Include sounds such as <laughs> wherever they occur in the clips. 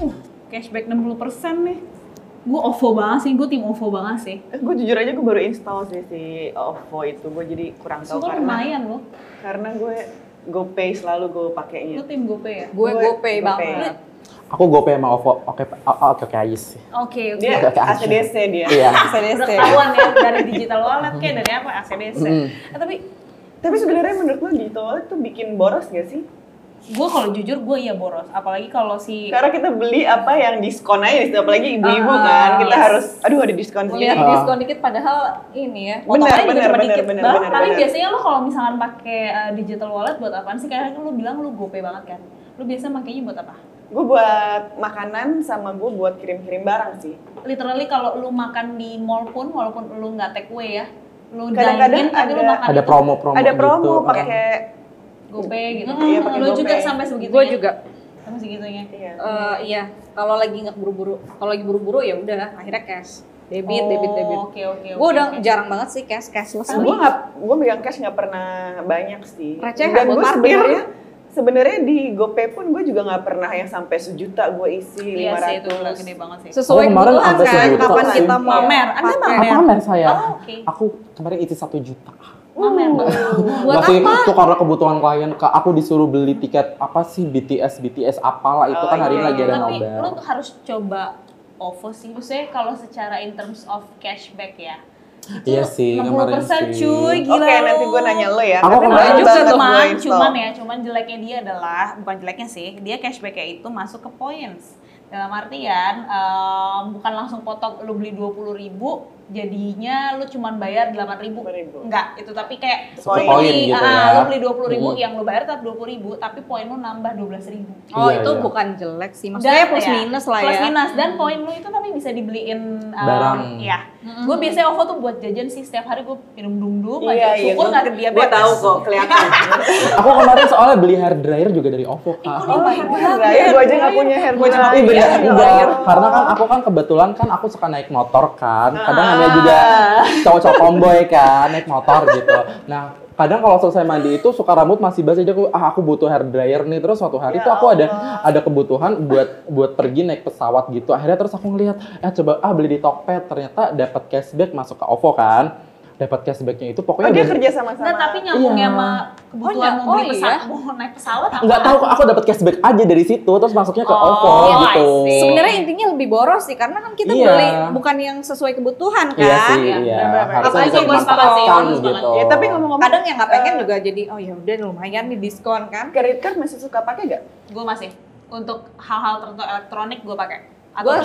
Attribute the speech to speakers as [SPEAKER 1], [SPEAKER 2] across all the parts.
[SPEAKER 1] Uh, cashback 60% nih. Gue OVO banget sih, gue tim OVO banget sih.
[SPEAKER 2] gue jujur aja gue baru install sih si OVO itu gue jadi kurang
[SPEAKER 1] So, lo
[SPEAKER 2] tahu karena
[SPEAKER 1] lumayan loh.
[SPEAKER 2] karena gue GoPay selalu gue pakainya
[SPEAKER 1] Lo tim GoPay ya?
[SPEAKER 3] Gue
[SPEAKER 2] Gue
[SPEAKER 3] GoPay
[SPEAKER 2] GoPay.
[SPEAKER 3] banget.
[SPEAKER 4] Aku GoPay sama OVO. Oke, oke, oke, oke aja sih.
[SPEAKER 1] Oke, oke.
[SPEAKER 2] dia
[SPEAKER 4] Oke, oke.
[SPEAKER 2] ACDC dia
[SPEAKER 4] Iya.
[SPEAKER 1] Udah
[SPEAKER 3] CDC.
[SPEAKER 1] ketahuan ya
[SPEAKER 2] <laughs>
[SPEAKER 1] dari digital wallet kayak dari apa ACDC.
[SPEAKER 4] Mm.
[SPEAKER 1] Eh, tapi
[SPEAKER 2] tapi sebenarnya menurut lo digital wallet tuh bikin boros gak sih
[SPEAKER 1] gue kalau jujur gue iya boros, apalagi kalau si
[SPEAKER 2] karena kita beli apa yang diskon aja di situ. apalagi ibu-ibu
[SPEAKER 3] Ah,
[SPEAKER 2] kan kita
[SPEAKER 3] yes.
[SPEAKER 2] harus aduh ada diskon
[SPEAKER 3] Mau
[SPEAKER 2] sih
[SPEAKER 3] lihat
[SPEAKER 4] Ah.
[SPEAKER 3] diskon dikit padahal ini ya.
[SPEAKER 2] Benar,
[SPEAKER 3] potongannya juga
[SPEAKER 2] benar,
[SPEAKER 3] cuma
[SPEAKER 2] benar,
[SPEAKER 3] dikit
[SPEAKER 2] benar,
[SPEAKER 3] banget.
[SPEAKER 1] Bang, tapi biasanya lo kalau misalkan pakai uh, digital wallet buat apaan sih? Kayak lo bilang lo GoPay banget kan. Lo biasanya makainya buat apa?
[SPEAKER 2] gue buat makanan sama gue buat kirim-kirim barang sih
[SPEAKER 1] Literally kalau lo makan di mall pun walaupun lo nggak take away ya, lo dine in
[SPEAKER 2] Kadang-kadang
[SPEAKER 1] tapi lo
[SPEAKER 2] ada-
[SPEAKER 1] makan
[SPEAKER 4] Ada
[SPEAKER 1] itu
[SPEAKER 4] promo-promo
[SPEAKER 2] ada promo
[SPEAKER 4] gitu.
[SPEAKER 2] pakai
[SPEAKER 1] GoPay gitu.
[SPEAKER 2] Iya, pakai
[SPEAKER 1] lo juga
[SPEAKER 2] GoPay.
[SPEAKER 1] sampai segitu.
[SPEAKER 3] Gue juga
[SPEAKER 1] Sampai segitunya.
[SPEAKER 2] Iya.
[SPEAKER 3] eh, iya, kalau lagi nggak buru-buru, kalau lagi buru-buru ya udah akhirnya cash. Debit,
[SPEAKER 1] Oh,
[SPEAKER 3] debit, debit.
[SPEAKER 1] Oke, oke.
[SPEAKER 3] Gue
[SPEAKER 1] oke,
[SPEAKER 3] udah
[SPEAKER 1] oke.
[SPEAKER 3] jarang banget sih cash, cashless.
[SPEAKER 2] gue Kan nggak gue megang cash nggak pernah banyak sih
[SPEAKER 3] Recehan
[SPEAKER 2] dan gue
[SPEAKER 3] buat parkir
[SPEAKER 2] sebenarnya
[SPEAKER 3] ya.
[SPEAKER 2] sebenarnya di GoPay pun gue juga nggak pernah yang sampai sejuta gue isi
[SPEAKER 1] Iya
[SPEAKER 2] lima
[SPEAKER 1] sih itu udah
[SPEAKER 2] ratus
[SPEAKER 1] gede banget sih.
[SPEAKER 3] Sesuai
[SPEAKER 4] Gua Oh, kemarin
[SPEAKER 3] kebutuhan
[SPEAKER 4] sampai
[SPEAKER 3] kan,
[SPEAKER 4] sejuta
[SPEAKER 3] kapan
[SPEAKER 2] sih.
[SPEAKER 3] kita mau
[SPEAKER 1] Pamer. Anda
[SPEAKER 3] pakai.
[SPEAKER 1] pamer.
[SPEAKER 4] Apa pamer saya?
[SPEAKER 1] Oh, oke.
[SPEAKER 4] Aku kemarin isi satu juta.
[SPEAKER 1] Pamer banget.
[SPEAKER 3] Buat
[SPEAKER 4] Waktu
[SPEAKER 3] apa?
[SPEAKER 4] itu karena kebutuhan klien, Kak, aku disuruh beli tiket apa sih BTS BTS apalah itu
[SPEAKER 2] Oh,
[SPEAKER 4] kan hari
[SPEAKER 2] iya,
[SPEAKER 4] ini lagi
[SPEAKER 2] iya.
[SPEAKER 4] ada
[SPEAKER 1] Tapi
[SPEAKER 4] nobar.
[SPEAKER 1] lo tuh harus coba OVO sih. Maksudnya kalau secara in terms of cashback ya.
[SPEAKER 4] Iya
[SPEAKER 1] 60%
[SPEAKER 4] sih, kemarin sih.
[SPEAKER 1] cuy,
[SPEAKER 2] oke
[SPEAKER 1] gila lo.
[SPEAKER 2] nanti gue nanya lo ya
[SPEAKER 4] Aku
[SPEAKER 2] Tapi
[SPEAKER 4] kemarin
[SPEAKER 1] juga
[SPEAKER 2] banyak banget gua
[SPEAKER 1] cuman,
[SPEAKER 2] install.
[SPEAKER 1] cuman ya, cuman jeleknya dia adalah bukan jeleknya sih, dia cashbacknya itu masuk ke points. Dalam artian em, bukan langsung potong lu beli 20.000 ribu, jadinya lu cuman bayar 8.000 ribu.
[SPEAKER 2] 8.000.
[SPEAKER 1] Enggak, itu tapi kayak
[SPEAKER 4] Satu
[SPEAKER 1] lu
[SPEAKER 4] poin
[SPEAKER 1] beli,
[SPEAKER 4] gitu
[SPEAKER 1] ah,
[SPEAKER 4] ya.
[SPEAKER 1] lu beli 20.000 ribu,
[SPEAKER 4] Hmm.
[SPEAKER 1] yang lu bayar tetap 20.000 ribu, tapi poin lu nambah 12.000 ribu.
[SPEAKER 3] Oh
[SPEAKER 4] Iya,
[SPEAKER 3] itu
[SPEAKER 4] iya.
[SPEAKER 3] bukan jelek sih, maksudnya plus minus lah ya.
[SPEAKER 1] Plus minus dan poin lu itu tapi bisa dibeliin um,
[SPEAKER 4] Barang.
[SPEAKER 1] Ya.
[SPEAKER 3] Mm-mm.
[SPEAKER 1] Gue biasanya OVO tuh buat jajan sih setiap hari gue minum dum dum
[SPEAKER 2] iya iya
[SPEAKER 1] Syukur nggak ada
[SPEAKER 2] dia
[SPEAKER 1] diabetes.
[SPEAKER 2] tahu kok kelihatan
[SPEAKER 4] Aku kemarin soalnya beli hair dryer juga dari OVO, Kak.
[SPEAKER 1] Kok dia mahal banget
[SPEAKER 2] Dryer,
[SPEAKER 1] ya?
[SPEAKER 2] gue aja nggak punya hair
[SPEAKER 4] Gue
[SPEAKER 2] dryer.
[SPEAKER 4] tapi beda
[SPEAKER 2] Iya,
[SPEAKER 4] enggak,
[SPEAKER 2] iya.
[SPEAKER 4] karena kan aku kan kebetulan kan aku suka naik motor kan,
[SPEAKER 2] Ah.
[SPEAKER 4] kadang namanya juga cowok-cowok tomboy kan naik motor gitu. Nah kadang kalau selesai mandi itu suka rambut masih basah aja aku ah aku butuh hair dryer nih terus suatu hari
[SPEAKER 2] Ya
[SPEAKER 4] itu aku ada
[SPEAKER 2] Allah.
[SPEAKER 4] ada kebutuhan buat buat pergi naik pesawat gitu akhirnya terus aku ngelihat eh coba ah beli di Tokped ternyata dapat cashback masuk ke OVO kan dapat cashbacknya itu
[SPEAKER 2] oh
[SPEAKER 4] pokoknya
[SPEAKER 2] dia
[SPEAKER 4] dari-
[SPEAKER 2] kerja sama-sama
[SPEAKER 1] Nah, tapi nyambungnya
[SPEAKER 4] Iya.
[SPEAKER 1] sama kebutuhan
[SPEAKER 3] Oh,
[SPEAKER 1] mau beli
[SPEAKER 3] iya.
[SPEAKER 1] pesawat, mau naik pesawat apa?
[SPEAKER 4] nggak tahu aku dapat cashback aja dari situ terus masuknya ke
[SPEAKER 1] Oh,
[SPEAKER 4] OVO
[SPEAKER 2] iya,
[SPEAKER 1] I
[SPEAKER 4] gitu
[SPEAKER 1] see.
[SPEAKER 3] Sebenarnya intinya lebih boros sih, karena kan kita
[SPEAKER 4] Iya.
[SPEAKER 3] beli bukan yang sesuai kebutuhan kan.
[SPEAKER 4] Iya sih,
[SPEAKER 1] Iya,
[SPEAKER 4] iya.
[SPEAKER 1] benar-benar.
[SPEAKER 4] Harusnya
[SPEAKER 2] Apalagi
[SPEAKER 4] bisa
[SPEAKER 2] gue sepakat sih,
[SPEAKER 4] dimanfaatkan
[SPEAKER 1] harus banget.
[SPEAKER 4] gitu.
[SPEAKER 2] ya tapi ngomong-ngomong
[SPEAKER 3] Kadang yang nggak pengen juga jadi, oh ya udah lumayan nih diskon kan.
[SPEAKER 2] credit card masih suka pakai gak?
[SPEAKER 1] Gue masih untuk hal-hal tertentu elektronik gue pakai.
[SPEAKER 3] Gue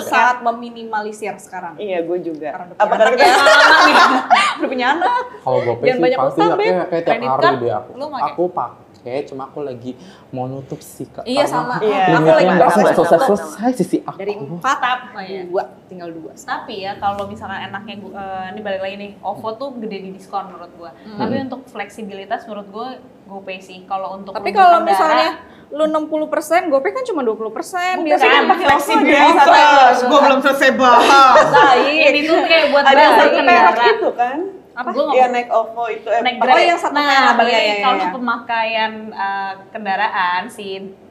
[SPEAKER 1] juga-
[SPEAKER 3] sangat meminimalisir sekarang.
[SPEAKER 2] Iya, gue juga.
[SPEAKER 3] Karena udah
[SPEAKER 2] Apa
[SPEAKER 3] punya
[SPEAKER 2] karena
[SPEAKER 3] anak
[SPEAKER 2] kita
[SPEAKER 3] ya.
[SPEAKER 1] Iya,
[SPEAKER 3] Udah punya anak.
[SPEAKER 4] Kalau gue
[SPEAKER 3] Jangan
[SPEAKER 4] sih
[SPEAKER 3] banyak
[SPEAKER 4] pasti
[SPEAKER 3] utang,
[SPEAKER 4] ya, kayak, kayak tiap
[SPEAKER 1] Kredit
[SPEAKER 4] hari
[SPEAKER 1] card,
[SPEAKER 4] deh aku.
[SPEAKER 1] lu pakai?
[SPEAKER 4] Aku pakai, cuma aku lagi mau nutup sih kak.
[SPEAKER 3] Iya
[SPEAKER 4] Karena
[SPEAKER 3] sama.
[SPEAKER 2] Iya.
[SPEAKER 3] Aku
[SPEAKER 4] Limitnya
[SPEAKER 3] lagi
[SPEAKER 4] nggak
[SPEAKER 2] ngerasa
[SPEAKER 4] nggak
[SPEAKER 2] sama.
[SPEAKER 4] selesai selesai sisi aku.
[SPEAKER 3] dari empat
[SPEAKER 1] Tetap, oh iya.
[SPEAKER 3] dua tinggal dua.
[SPEAKER 1] tapi ya kalau misalkan enaknya gua, eh, ini balik lagi nih OVO tuh gede di diskon menurut gua
[SPEAKER 2] Hmm.
[SPEAKER 1] tapi untuk fleksibilitas menurut gua GoPay sih kalau untuk
[SPEAKER 3] Tapi
[SPEAKER 1] rumah
[SPEAKER 3] kalau
[SPEAKER 1] tangga,
[SPEAKER 3] misalnya lu 60 persen, GoPay kan cuma 20 persen. Biasanya
[SPEAKER 1] kan,
[SPEAKER 3] kan pakai
[SPEAKER 2] fleksibilitas. Gue belum selesai bahas.
[SPEAKER 1] ini tuh Iya, kayak buat
[SPEAKER 2] Ada yang
[SPEAKER 1] balik
[SPEAKER 2] satu
[SPEAKER 1] kendaraan.
[SPEAKER 2] perak itu kan?
[SPEAKER 1] Apa? Gua
[SPEAKER 2] Iya,
[SPEAKER 1] ngomong-
[SPEAKER 2] naik OVO itu. eh,
[SPEAKER 1] naik
[SPEAKER 2] pakai-
[SPEAKER 1] Grab.
[SPEAKER 3] Oh, yang satu
[SPEAKER 1] nah,
[SPEAKER 3] merah,
[SPEAKER 1] balik
[SPEAKER 3] iya,
[SPEAKER 1] lagi
[SPEAKER 3] iya,
[SPEAKER 1] kalau
[SPEAKER 3] iya.
[SPEAKER 1] pemakaian eh, kendaraan si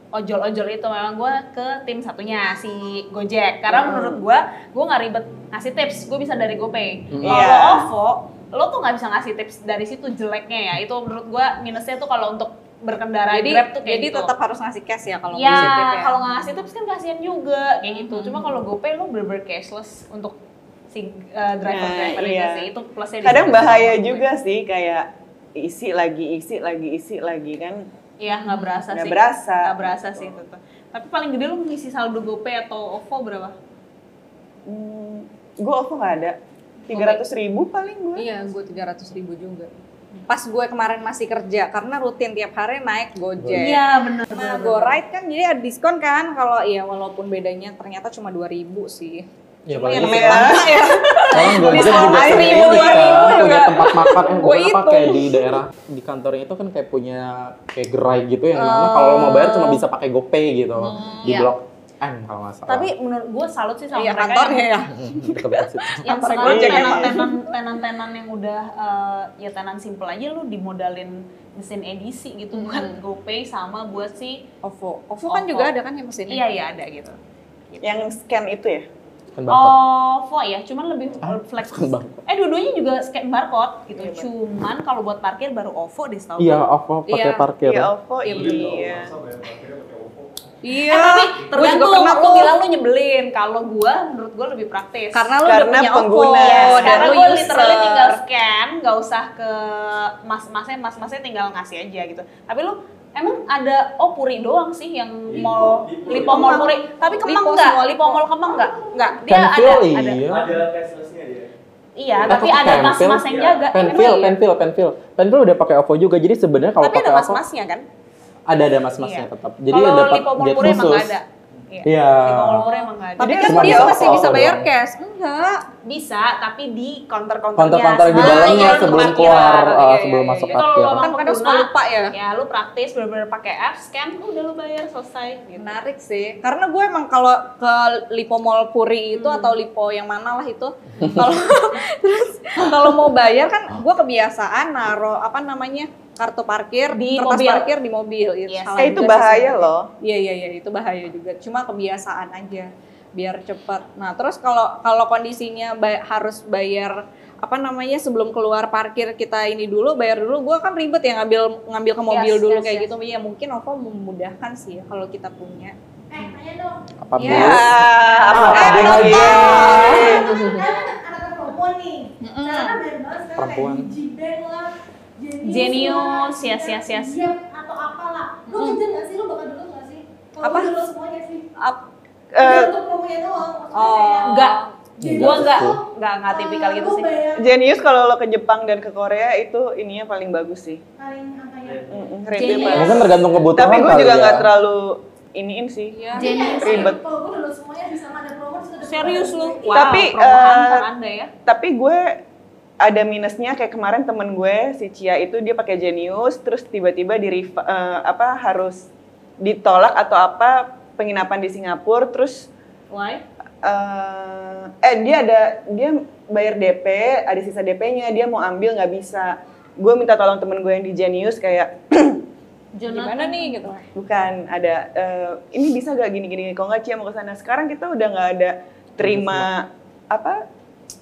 [SPEAKER 1] ojol-ojol itu memang gua ke tim satunya si Gojek karena menurut gua gua nggak ribet ngasih tips gue bisa dari GoPay
[SPEAKER 4] Hmm.
[SPEAKER 1] kalau
[SPEAKER 2] Iya.
[SPEAKER 1] OVO lo tuh nggak bisa ngasih tips dari situ jeleknya ya itu menurut gua minusnya tuh kalau untuk berkendara
[SPEAKER 3] Jadi,
[SPEAKER 1] Grab tuh kayak
[SPEAKER 3] jadi
[SPEAKER 1] gitu.
[SPEAKER 3] tetap harus ngasih cash ya kalau
[SPEAKER 1] ya
[SPEAKER 3] ngasih tip ya.
[SPEAKER 1] kalau nggak ngasih tips kan kasihan juga kayak gitu cuma kalau GoPay lo bener-bener cashless untuk si driver driver
[SPEAKER 2] Nah, iya.
[SPEAKER 1] sih itu plusnya di
[SPEAKER 2] Kadang
[SPEAKER 1] situ.
[SPEAKER 2] bahaya juga sih, kayak isi lagi, isi lagi, isi lagi kan.
[SPEAKER 1] Iya, nggak berasa
[SPEAKER 2] Nggak
[SPEAKER 1] sih.
[SPEAKER 2] berasa.
[SPEAKER 1] Nggak berasa sih itu tuh. Tapi paling gede lu ngisi saldo GoPay atau OVO berapa?
[SPEAKER 2] Hmm, gue OVO nggak ada. 300 ribu paling gue.
[SPEAKER 3] Iya, gue 300 ribu juga. Pas gue kemarin masih kerja, karena rutin tiap hari naik
[SPEAKER 1] Iya,
[SPEAKER 3] Gojek.
[SPEAKER 1] benar.
[SPEAKER 3] Nah, go ride kan jadi ada diskon kan kalau ya walaupun bedanya ternyata cuma 2000 sih.
[SPEAKER 4] Ya
[SPEAKER 3] Cuma
[SPEAKER 4] paling
[SPEAKER 3] yang
[SPEAKER 4] itu
[SPEAKER 3] namanya
[SPEAKER 1] Iya.
[SPEAKER 4] kan.
[SPEAKER 3] langka ya.
[SPEAKER 4] Sekarang gue
[SPEAKER 3] Di
[SPEAKER 4] juga
[SPEAKER 3] sekolah
[SPEAKER 4] sendiri
[SPEAKER 3] seribu, dua ribu
[SPEAKER 4] kan. Udah
[SPEAKER 3] juga.
[SPEAKER 4] tempat makan. Eh,
[SPEAKER 3] Gua
[SPEAKER 4] gue kenapa
[SPEAKER 3] hitung.
[SPEAKER 4] kayak di daerah di kantornya itu kan kayak punya kayak gerai gitu yang mana kalau lo mau bayar
[SPEAKER 3] Oh.
[SPEAKER 4] cuma bisa pakai GoPay gitu.
[SPEAKER 3] Hmm,
[SPEAKER 4] Di
[SPEAKER 1] iya.
[SPEAKER 4] blok M kalau nggak salah.
[SPEAKER 1] Tapi menurut gue salut sih sama
[SPEAKER 3] Iya,
[SPEAKER 1] mereka
[SPEAKER 3] kantornya
[SPEAKER 1] yang,
[SPEAKER 3] ya.
[SPEAKER 4] Deket-deket situ.
[SPEAKER 1] yang
[SPEAKER 2] Kantor
[SPEAKER 1] sekarang
[SPEAKER 2] Gojek ya.
[SPEAKER 1] tenan-tenan tenan-tenan yang udah eh, ya tenan simple aja lu dimodalin mesin edisi gitu buat GoPay sama buat si
[SPEAKER 3] OVO. OVO kan
[SPEAKER 1] OVO.
[SPEAKER 3] juga ada kan yang mesinnya.
[SPEAKER 1] iya iya ada gitu.
[SPEAKER 2] Yang scan itu ya?
[SPEAKER 4] Kan bakar.
[SPEAKER 1] Oh, fo ya, cuman lebih
[SPEAKER 4] Ah,
[SPEAKER 1] flex.
[SPEAKER 4] bukan barcode.
[SPEAKER 1] Eh, dua-duanya juga scan barcode gitu.
[SPEAKER 2] Iya, Mbak.
[SPEAKER 1] cuman kalau buat parkir baru OVO deh setahu
[SPEAKER 4] Iya,
[SPEAKER 1] gue.
[SPEAKER 4] off pakai
[SPEAKER 3] Iya.
[SPEAKER 4] parkir.
[SPEAKER 2] Iya, OVO,
[SPEAKER 3] Iya,
[SPEAKER 2] iya.
[SPEAKER 1] Eh,
[SPEAKER 3] Iya.
[SPEAKER 1] tapi
[SPEAKER 3] Gua juga
[SPEAKER 1] tergantung
[SPEAKER 3] pernah
[SPEAKER 1] lu
[SPEAKER 3] tuh.
[SPEAKER 1] bilang lu nyebelin. Kalau gua menurut gua lebih praktis.
[SPEAKER 3] Karena Iya, lu udah
[SPEAKER 2] Karena
[SPEAKER 3] punya
[SPEAKER 2] pengguna.
[SPEAKER 3] OVO
[SPEAKER 2] Oh,
[SPEAKER 3] dan
[SPEAKER 1] Karena
[SPEAKER 3] lu
[SPEAKER 1] gue
[SPEAKER 3] user.
[SPEAKER 1] literally tinggal scan, nggak usah ke mas-masnya, mas-masnya tinggal ngasih aja gitu. Tapi lu emang ada oh puri doang sih yang
[SPEAKER 5] Lipo,
[SPEAKER 1] mall
[SPEAKER 5] Lipo.
[SPEAKER 1] lipo mall puri. Tapi kemang
[SPEAKER 3] Lipo
[SPEAKER 1] nggak?
[SPEAKER 3] semua,
[SPEAKER 1] Lipo
[SPEAKER 3] Lipo.
[SPEAKER 1] mall kemang nggak? Nggak. Dia ada,
[SPEAKER 4] Penfil
[SPEAKER 1] ada.
[SPEAKER 4] iya.
[SPEAKER 5] Ada cashlessnya dia.
[SPEAKER 1] Iya,
[SPEAKER 4] Apa
[SPEAKER 1] tapi
[SPEAKER 4] tuh
[SPEAKER 1] ada
[SPEAKER 4] penfil?
[SPEAKER 1] mas-mas yang
[SPEAKER 5] Iya.
[SPEAKER 1] jaga.
[SPEAKER 4] Penfil,
[SPEAKER 1] Emang iya?
[SPEAKER 4] penfil, penfil. Penfil udah pakai OVO juga. Jadi sebenarnya kalau
[SPEAKER 1] Tapi ada
[SPEAKER 4] pakai OVO
[SPEAKER 1] mas-masnya kan?
[SPEAKER 4] ada ada mas-masnya
[SPEAKER 1] Iya.
[SPEAKER 4] tetap. Jadi
[SPEAKER 1] Kalau
[SPEAKER 4] dapat
[SPEAKER 1] lipo mall
[SPEAKER 4] gate
[SPEAKER 1] puri emang
[SPEAKER 4] khusus.
[SPEAKER 1] nggak ada. Iya.
[SPEAKER 4] Iya.
[SPEAKER 1] Lipo mall puri emang nggak ada.
[SPEAKER 3] Tapi
[SPEAKER 2] Jadi
[SPEAKER 3] kan
[SPEAKER 2] cuma
[SPEAKER 3] dia
[SPEAKER 2] di
[SPEAKER 3] masih
[SPEAKER 4] OVO
[SPEAKER 3] bisa bayar
[SPEAKER 4] doang.
[SPEAKER 3] cash. Enggak.
[SPEAKER 1] bisa, tapi di Ah, iya, counter-counternya.
[SPEAKER 4] Konter-konter di
[SPEAKER 1] sebelum
[SPEAKER 4] dalamnya
[SPEAKER 1] ke
[SPEAKER 4] sebelum
[SPEAKER 1] parkiran.
[SPEAKER 4] keluar,
[SPEAKER 3] Iya,
[SPEAKER 4] eh,
[SPEAKER 3] iya,
[SPEAKER 4] sebelum
[SPEAKER 3] iya,
[SPEAKER 4] masuk
[SPEAKER 3] iya.
[SPEAKER 1] Kalau
[SPEAKER 4] parkir.
[SPEAKER 1] lu
[SPEAKER 3] Kan kadang suka
[SPEAKER 1] pengguna,
[SPEAKER 3] lupa ya.
[SPEAKER 1] Ya, lu praktis bener-bener pakai apps, scan, "Oh, udah lu bayar selesai gitu.
[SPEAKER 3] Menarik sih, karena gue emang kalau ke Lipo Mall Puri itu atau Lipo yang mana lah itu, kalau <laughs> terus kalau mau bayar kan gue kebiasaan naro apa namanya kartu parkir
[SPEAKER 1] Di
[SPEAKER 3] kertas
[SPEAKER 1] mobil.
[SPEAKER 3] parkir di mobil. Iya,
[SPEAKER 1] Yes.
[SPEAKER 3] salah
[SPEAKER 2] Eh, itu
[SPEAKER 3] juga sih
[SPEAKER 2] bahaya
[SPEAKER 3] sebenarnya.
[SPEAKER 2] loh.
[SPEAKER 3] Iya iya iya itu bahaya juga. Cuma kebiasaan aja biar cepat. Nah terus kalau kalau kondisinya bay- harus bayar apa namanya sebelum keluar parkir kita ini dulu bayar dulu. Gue kan ribet ya ngambil ngambil ke mobil
[SPEAKER 1] Yes,
[SPEAKER 3] dulu
[SPEAKER 1] yes,
[SPEAKER 3] kayak
[SPEAKER 1] yes.
[SPEAKER 3] gitu. Ya mungkin Ovo memudahkan sih ya kalau kita punya.
[SPEAKER 6] Eh, tanya dong.
[SPEAKER 4] Apa
[SPEAKER 3] Iya.
[SPEAKER 2] Ya.
[SPEAKER 4] dulu?
[SPEAKER 2] Ah,
[SPEAKER 4] Apa
[SPEAKER 2] apa
[SPEAKER 4] dulu
[SPEAKER 2] lagi?
[SPEAKER 4] aja?
[SPEAKER 1] Ah.
[SPEAKER 6] Kan anak perempuan nih. Sekarang kan banyak banget sekarang
[SPEAKER 4] Perempuan.
[SPEAKER 6] kayak G-Bank lah. Genius,
[SPEAKER 1] Genius,
[SPEAKER 6] lah,
[SPEAKER 1] yes, yes, yes. Mm.
[SPEAKER 6] Diam atau apalah. Lu kejar nggak sih? Lu bakal dulu nggak sih? Kalau
[SPEAKER 3] Apa?
[SPEAKER 6] dulu semuanya sih.
[SPEAKER 3] Ap-
[SPEAKER 2] Eh,
[SPEAKER 6] Kejar untuk promonya doang. Maksudnya
[SPEAKER 3] Oh.
[SPEAKER 6] kayak,
[SPEAKER 1] Enggak,
[SPEAKER 6] Genius
[SPEAKER 1] gua enggak,
[SPEAKER 6] tuh,
[SPEAKER 1] enggak, enggak
[SPEAKER 6] eh,
[SPEAKER 1] tipikal gitu
[SPEAKER 6] lu
[SPEAKER 1] sih.
[SPEAKER 6] bayar
[SPEAKER 2] Genius kalau lo ke Jepang dan ke Korea itu ininya paling bagus sih.
[SPEAKER 6] paling angkanya.
[SPEAKER 1] Genius.
[SPEAKER 2] Mm-mm, rate-nya paling-
[SPEAKER 4] Mungkin kan tergantung kebutuhan
[SPEAKER 2] Tapi gue
[SPEAKER 4] kali
[SPEAKER 2] juga
[SPEAKER 4] ya.
[SPEAKER 2] nggak terlalu iniin sih.
[SPEAKER 3] Iya.
[SPEAKER 6] Genius.
[SPEAKER 2] Ribet.
[SPEAKER 6] Kalau gua dulu semuanya bisa sama ada promo. terus ada
[SPEAKER 1] Serius
[SPEAKER 6] promo.
[SPEAKER 1] lu?
[SPEAKER 6] Iya.
[SPEAKER 1] Wow,
[SPEAKER 2] Tapi,
[SPEAKER 1] promo
[SPEAKER 2] eh,
[SPEAKER 1] antar Anda ya.
[SPEAKER 2] Tapi gue ada minusnya kayak kemarin temen gue si Cia itu dia pakai Genius terus tiba-tiba di ref- eh, apa harus ditolak atau apa penginapan di Singapura terus
[SPEAKER 1] Why?
[SPEAKER 2] eh, eh dia ada dia bayar DP ada sisa DP-nya dia mau ambil nggak bisa gue minta tolong temen gue yang di Genius kayak
[SPEAKER 3] Gimana nih gitu?
[SPEAKER 2] Bukan ada eh, ini bisa gak gini-gini kalau nggak Cia mau ke sana. Sekarang kita udah nggak ada terima apa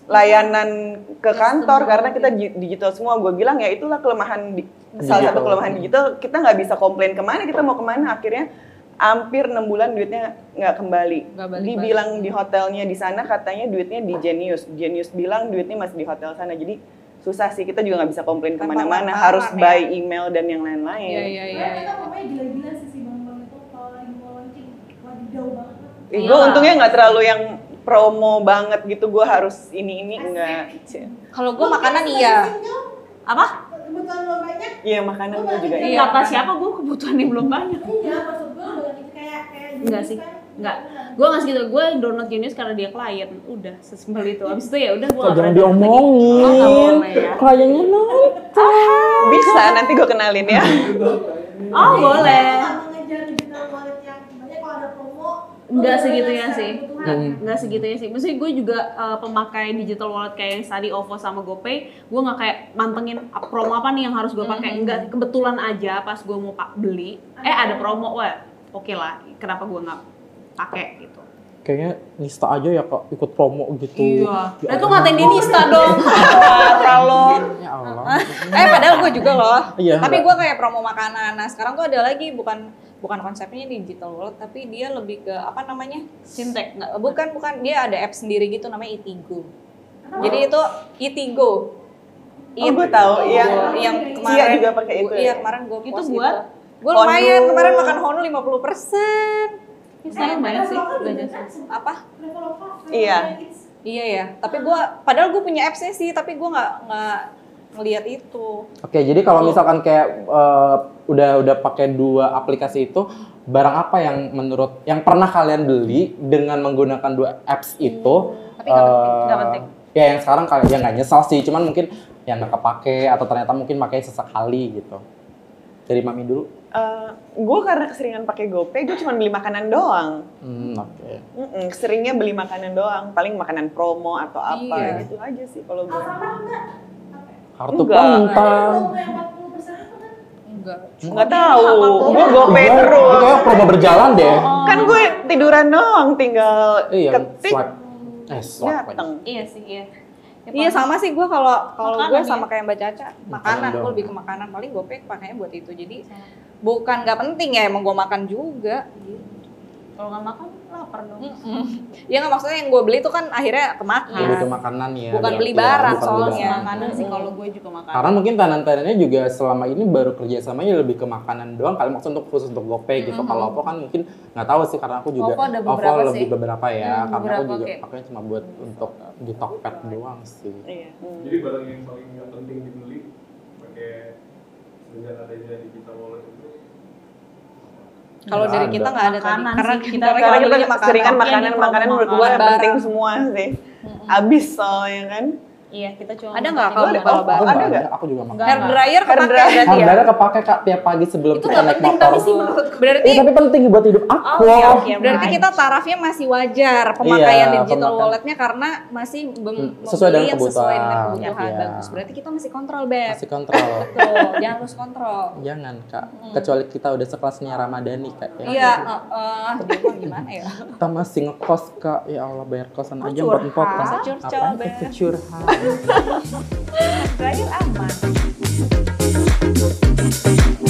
[SPEAKER 2] layanan ke kantor karena kita di- digital semua. Gue bilang ya itulah kelemahan di- salah satu
[SPEAKER 4] Digital.
[SPEAKER 2] kelemahan digital. Kita nggak bisa komplain kemana kita mau kemana akhirnya hampir enam bulan duitnya nggak kembali.
[SPEAKER 3] Nggak balik-balik.
[SPEAKER 2] Dibilang di hotelnya di sana katanya duitnya di Genius. Genius bilang duitnya masih di hotel sana. Jadi susah sih kita juga nggak bisa komplain
[SPEAKER 3] Tanpa
[SPEAKER 2] kemana-mana.
[SPEAKER 3] laporan
[SPEAKER 2] Harus
[SPEAKER 3] ya.
[SPEAKER 2] by email dan yang lain-lain.
[SPEAKER 3] Iya iya iya.
[SPEAKER 6] Soalnya mereka promonya gila-gila sih si bang-bang itu kalau lagi mau launching. Wadidaw banget.
[SPEAKER 2] Eh,
[SPEAKER 1] Iya.
[SPEAKER 2] Gue untungnya nggak terlalu yang promo banget gitu. Gue harus ini ini enggak.
[SPEAKER 3] Kalau gue makanan <laughs> iya.
[SPEAKER 1] Apa?
[SPEAKER 6] Kebutuhan lo banyak.
[SPEAKER 2] Iya makanan gue juga.
[SPEAKER 1] Iya.
[SPEAKER 2] Iya.
[SPEAKER 1] Kata siapa gua kebutuhannya belum banyak.
[SPEAKER 6] Iya, maksud gue bukan itu kayak kayak
[SPEAKER 1] Enggak
[SPEAKER 6] jenis
[SPEAKER 1] sih.
[SPEAKER 6] kan.
[SPEAKER 1] Enggak. Gua nggak segitu. Gua download Genius karena dia klien. Udah, sesimpel itu. Abis itu ya udah gua
[SPEAKER 4] Kok
[SPEAKER 1] nggak pernah
[SPEAKER 4] jangan
[SPEAKER 1] download lagi. Oh, nggak
[SPEAKER 4] diomongin.
[SPEAKER 1] boleh ya.
[SPEAKER 4] Kliennya nol.
[SPEAKER 2] Bisa nanti gue kenalin ya.
[SPEAKER 1] Oh, boleh.
[SPEAKER 6] Lo nggak mengejar digital wallet yang sebenarnya kalau ada promo. lo
[SPEAKER 1] Enggak
[SPEAKER 6] bener-bener
[SPEAKER 1] segitunya
[SPEAKER 6] secara
[SPEAKER 1] sih.
[SPEAKER 6] kebutuhan.
[SPEAKER 3] Hmm.
[SPEAKER 1] nggak segitunya sih. Maksudnya gue juga uh, pemakai digital wallet kayak yang tadi OVO sama GoPay, gue nggak kayak mantengin "Ah, promo apa nih yang harus gue
[SPEAKER 3] Hmm.
[SPEAKER 1] pakai. Enggak, kebetulan aja pas gue mau pak beli, eh ada promo, wah oke lah. Kenapa gue nggak pakai gitu?
[SPEAKER 4] Kayaknya Nista aja ya kok ikut promo gitu.
[SPEAKER 1] Iya.
[SPEAKER 4] Ya
[SPEAKER 1] Nah itu
[SPEAKER 4] Allah.
[SPEAKER 1] ngatain Denista dong.
[SPEAKER 3] <laughs>
[SPEAKER 2] Kalau
[SPEAKER 4] Ya Allah.
[SPEAKER 1] Ah.
[SPEAKER 3] Eh padahal gue juga loh.
[SPEAKER 4] Iya.
[SPEAKER 3] Tapi gue kayak promo makanan. Nah sekarang tuh ada lagi bukan bukan konsepnya digital wallet tapi dia lebih ke apa namanya?
[SPEAKER 1] Cintek nggak?
[SPEAKER 3] Bukan bukan dia ada app sendiri gitu namanya
[SPEAKER 1] Oh.
[SPEAKER 3] Itigo. Jadi itu Itigo.
[SPEAKER 2] oh, gue tahu yang
[SPEAKER 3] yang kemarin
[SPEAKER 2] Cia juga pakai itu.
[SPEAKER 3] gua- Iya kemarin gue
[SPEAKER 1] Itu buat
[SPEAKER 3] Gue
[SPEAKER 2] Honu.
[SPEAKER 3] lumayan kemarin makan Honu 50%.
[SPEAKER 1] Ih, Sekarang banyak sih.
[SPEAKER 6] Traveloka juga
[SPEAKER 1] banyak sih.
[SPEAKER 6] kan, sempat kan
[SPEAKER 3] Apa?
[SPEAKER 6] Traveloka,
[SPEAKER 2] Iya.
[SPEAKER 6] Traveloka Kids.
[SPEAKER 3] Iya ya. Tapi gue padahal gue punya appsnya sih tapi gue nggak nggak ngelihat itu.
[SPEAKER 4] Oke, jadi kalau misalkan kayak eh, udah udah pakai dua aplikasi itu, barang apa yang menurut yang pernah kalian beli dengan menggunakan dua apps itu?
[SPEAKER 3] Tapi nggak penting.
[SPEAKER 4] eh,
[SPEAKER 1] nggak penting.
[SPEAKER 4] Ya yang sekarang kalian ya nggak nyesal sih, cuman mungkin yang nggak kepake atau ternyata mungkin pakai sesekali gitu. Dari mami dulu.
[SPEAKER 2] gue Eh, karena keseringan pakai GoPay, gue cuma beli makanan doang.
[SPEAKER 4] Hmm, oke.
[SPEAKER 2] Mm-mm, seringnya beli makanan doang, paling makanan promo atau apa
[SPEAKER 3] Iya.
[SPEAKER 2] gitu aja sih kalau gue.
[SPEAKER 6] Alfamart enggak? Apa ya?
[SPEAKER 4] Kartu
[SPEAKER 2] Enggak.
[SPEAKER 6] Ada
[SPEAKER 4] pengutang.
[SPEAKER 6] promo yang 40% apa kan?
[SPEAKER 3] enggak.
[SPEAKER 2] Nggak tahu.
[SPEAKER 1] Apapun.
[SPEAKER 2] Gue gope
[SPEAKER 4] Gua- gua
[SPEAKER 2] terus.
[SPEAKER 4] kayak promo berjalan deh.
[SPEAKER 2] Kan gue tiduran doang tinggal
[SPEAKER 4] Iya,
[SPEAKER 2] oh. ketik
[SPEAKER 4] swipe. Eh, swipe. lagi.
[SPEAKER 2] dateng.
[SPEAKER 1] Iya sih, iya. Ya,
[SPEAKER 3] Iya
[SPEAKER 1] paham.
[SPEAKER 3] sama sih gue kalau kalau
[SPEAKER 1] Makanan
[SPEAKER 3] gue
[SPEAKER 1] ya.
[SPEAKER 3] sama kayak Mbak Caca
[SPEAKER 4] Makanan
[SPEAKER 3] makanan gue
[SPEAKER 4] doang.
[SPEAKER 3] lebih ke makanan paling gue pakainya buat itu jadi bukan nggak penting ya emang gue makan juga
[SPEAKER 1] Kalau nggak makan lapar dong.
[SPEAKER 3] ya nggak maksudnya yang gue beli tuh kan akhirnya kemakan
[SPEAKER 4] Lebih ke makanan ya.
[SPEAKER 3] Bukan beli
[SPEAKER 4] berarti ya,
[SPEAKER 3] barang
[SPEAKER 4] bukan beli
[SPEAKER 3] soalnya.
[SPEAKER 4] barang.
[SPEAKER 1] Makanan sih kalau gue juga makan.
[SPEAKER 4] Karena mungkin tenan-tenannya juga selama ini baru kerjasamanya lebih ke makanan doang. Kali maksudnya untuk khusus untuk GoPay gitu.
[SPEAKER 3] Mhm.
[SPEAKER 4] Kalau Oppo kan mungkin nggak tahu sih karena aku juga
[SPEAKER 1] Oppo ada beberapa
[SPEAKER 4] lebih
[SPEAKER 1] sih.
[SPEAKER 4] beberapa
[SPEAKER 3] Mm,
[SPEAKER 4] ya.
[SPEAKER 1] Hmm,
[SPEAKER 4] karena aku
[SPEAKER 1] beberapa
[SPEAKER 4] juga
[SPEAKER 1] kayak-
[SPEAKER 4] pakainya cuma buat untuk di Tokped doang sih.
[SPEAKER 2] Iya.
[SPEAKER 5] Jadi barang yang paling nggak penting dibeli pakai dengan adanya digital wallet itu
[SPEAKER 3] kalau dari
[SPEAKER 4] Nggak
[SPEAKER 3] kita
[SPEAKER 4] ada.
[SPEAKER 3] nggak ada tadi
[SPEAKER 1] Makanan
[SPEAKER 3] karena
[SPEAKER 1] sih,
[SPEAKER 3] kita,
[SPEAKER 1] kita-
[SPEAKER 2] Karena kita
[SPEAKER 3] belinya kan makanan.
[SPEAKER 2] seringan
[SPEAKER 1] Iya,
[SPEAKER 2] makanan
[SPEAKER 1] nih,
[SPEAKER 2] makanan
[SPEAKER 1] promo kan.
[SPEAKER 2] menurut gue
[SPEAKER 3] makan.
[SPEAKER 2] penting
[SPEAKER 3] Barang.
[SPEAKER 2] semua sih.
[SPEAKER 3] Mm-mm.
[SPEAKER 2] Abis soalnya kan.
[SPEAKER 1] Iya, kita cuma
[SPEAKER 3] Ada nggak
[SPEAKER 1] makan
[SPEAKER 3] kalau
[SPEAKER 1] yang
[SPEAKER 2] Ada, oh,
[SPEAKER 3] kalau
[SPEAKER 4] Aku
[SPEAKER 3] barang?
[SPEAKER 4] nggak
[SPEAKER 2] ada nggak?
[SPEAKER 4] ada, aku juga makan.
[SPEAKER 3] hair dryer
[SPEAKER 2] Hair
[SPEAKER 3] kepake
[SPEAKER 2] dryer.
[SPEAKER 3] berarti ya
[SPEAKER 4] Harganya kepake kak tiap pagi sebelum
[SPEAKER 3] itu
[SPEAKER 4] kita
[SPEAKER 3] nggak
[SPEAKER 4] naik
[SPEAKER 3] penting tapi
[SPEAKER 4] motor.
[SPEAKER 3] sih menurut gue. berarti
[SPEAKER 4] Eh, tapi penting buat hidup aku.
[SPEAKER 3] Oh, iya, oke. berarti kita tarafnya masih wajar pemakaian
[SPEAKER 4] Iya,
[SPEAKER 3] digital
[SPEAKER 4] pemakaian.
[SPEAKER 3] walletnya karena masih mem-
[SPEAKER 4] Hmm,
[SPEAKER 3] membeli
[SPEAKER 4] sesuai dengan
[SPEAKER 3] yang sesuai dengan
[SPEAKER 4] kebutuhan.
[SPEAKER 3] kebutuhan.
[SPEAKER 4] Iya.
[SPEAKER 3] bagus berarti kita masih kontrol beb
[SPEAKER 4] Masih kontrol.
[SPEAKER 3] Tuh, jangan terus
[SPEAKER 4] <laughs>
[SPEAKER 3] kontrol
[SPEAKER 4] Jangan kak, kecuali kita udah sekelasnya Ramadhani kak ya.
[SPEAKER 3] iya eh, eh, dia bilang gimana ya
[SPEAKER 4] Kita masih ngekos kak, ya Allah bayar kosan
[SPEAKER 3] Kok
[SPEAKER 4] aja buat empat
[SPEAKER 3] curhat?
[SPEAKER 4] kan.
[SPEAKER 3] Masa curcol,
[SPEAKER 4] Apaan
[SPEAKER 3] Beb?
[SPEAKER 4] sih curhat?
[SPEAKER 3] terakhir aman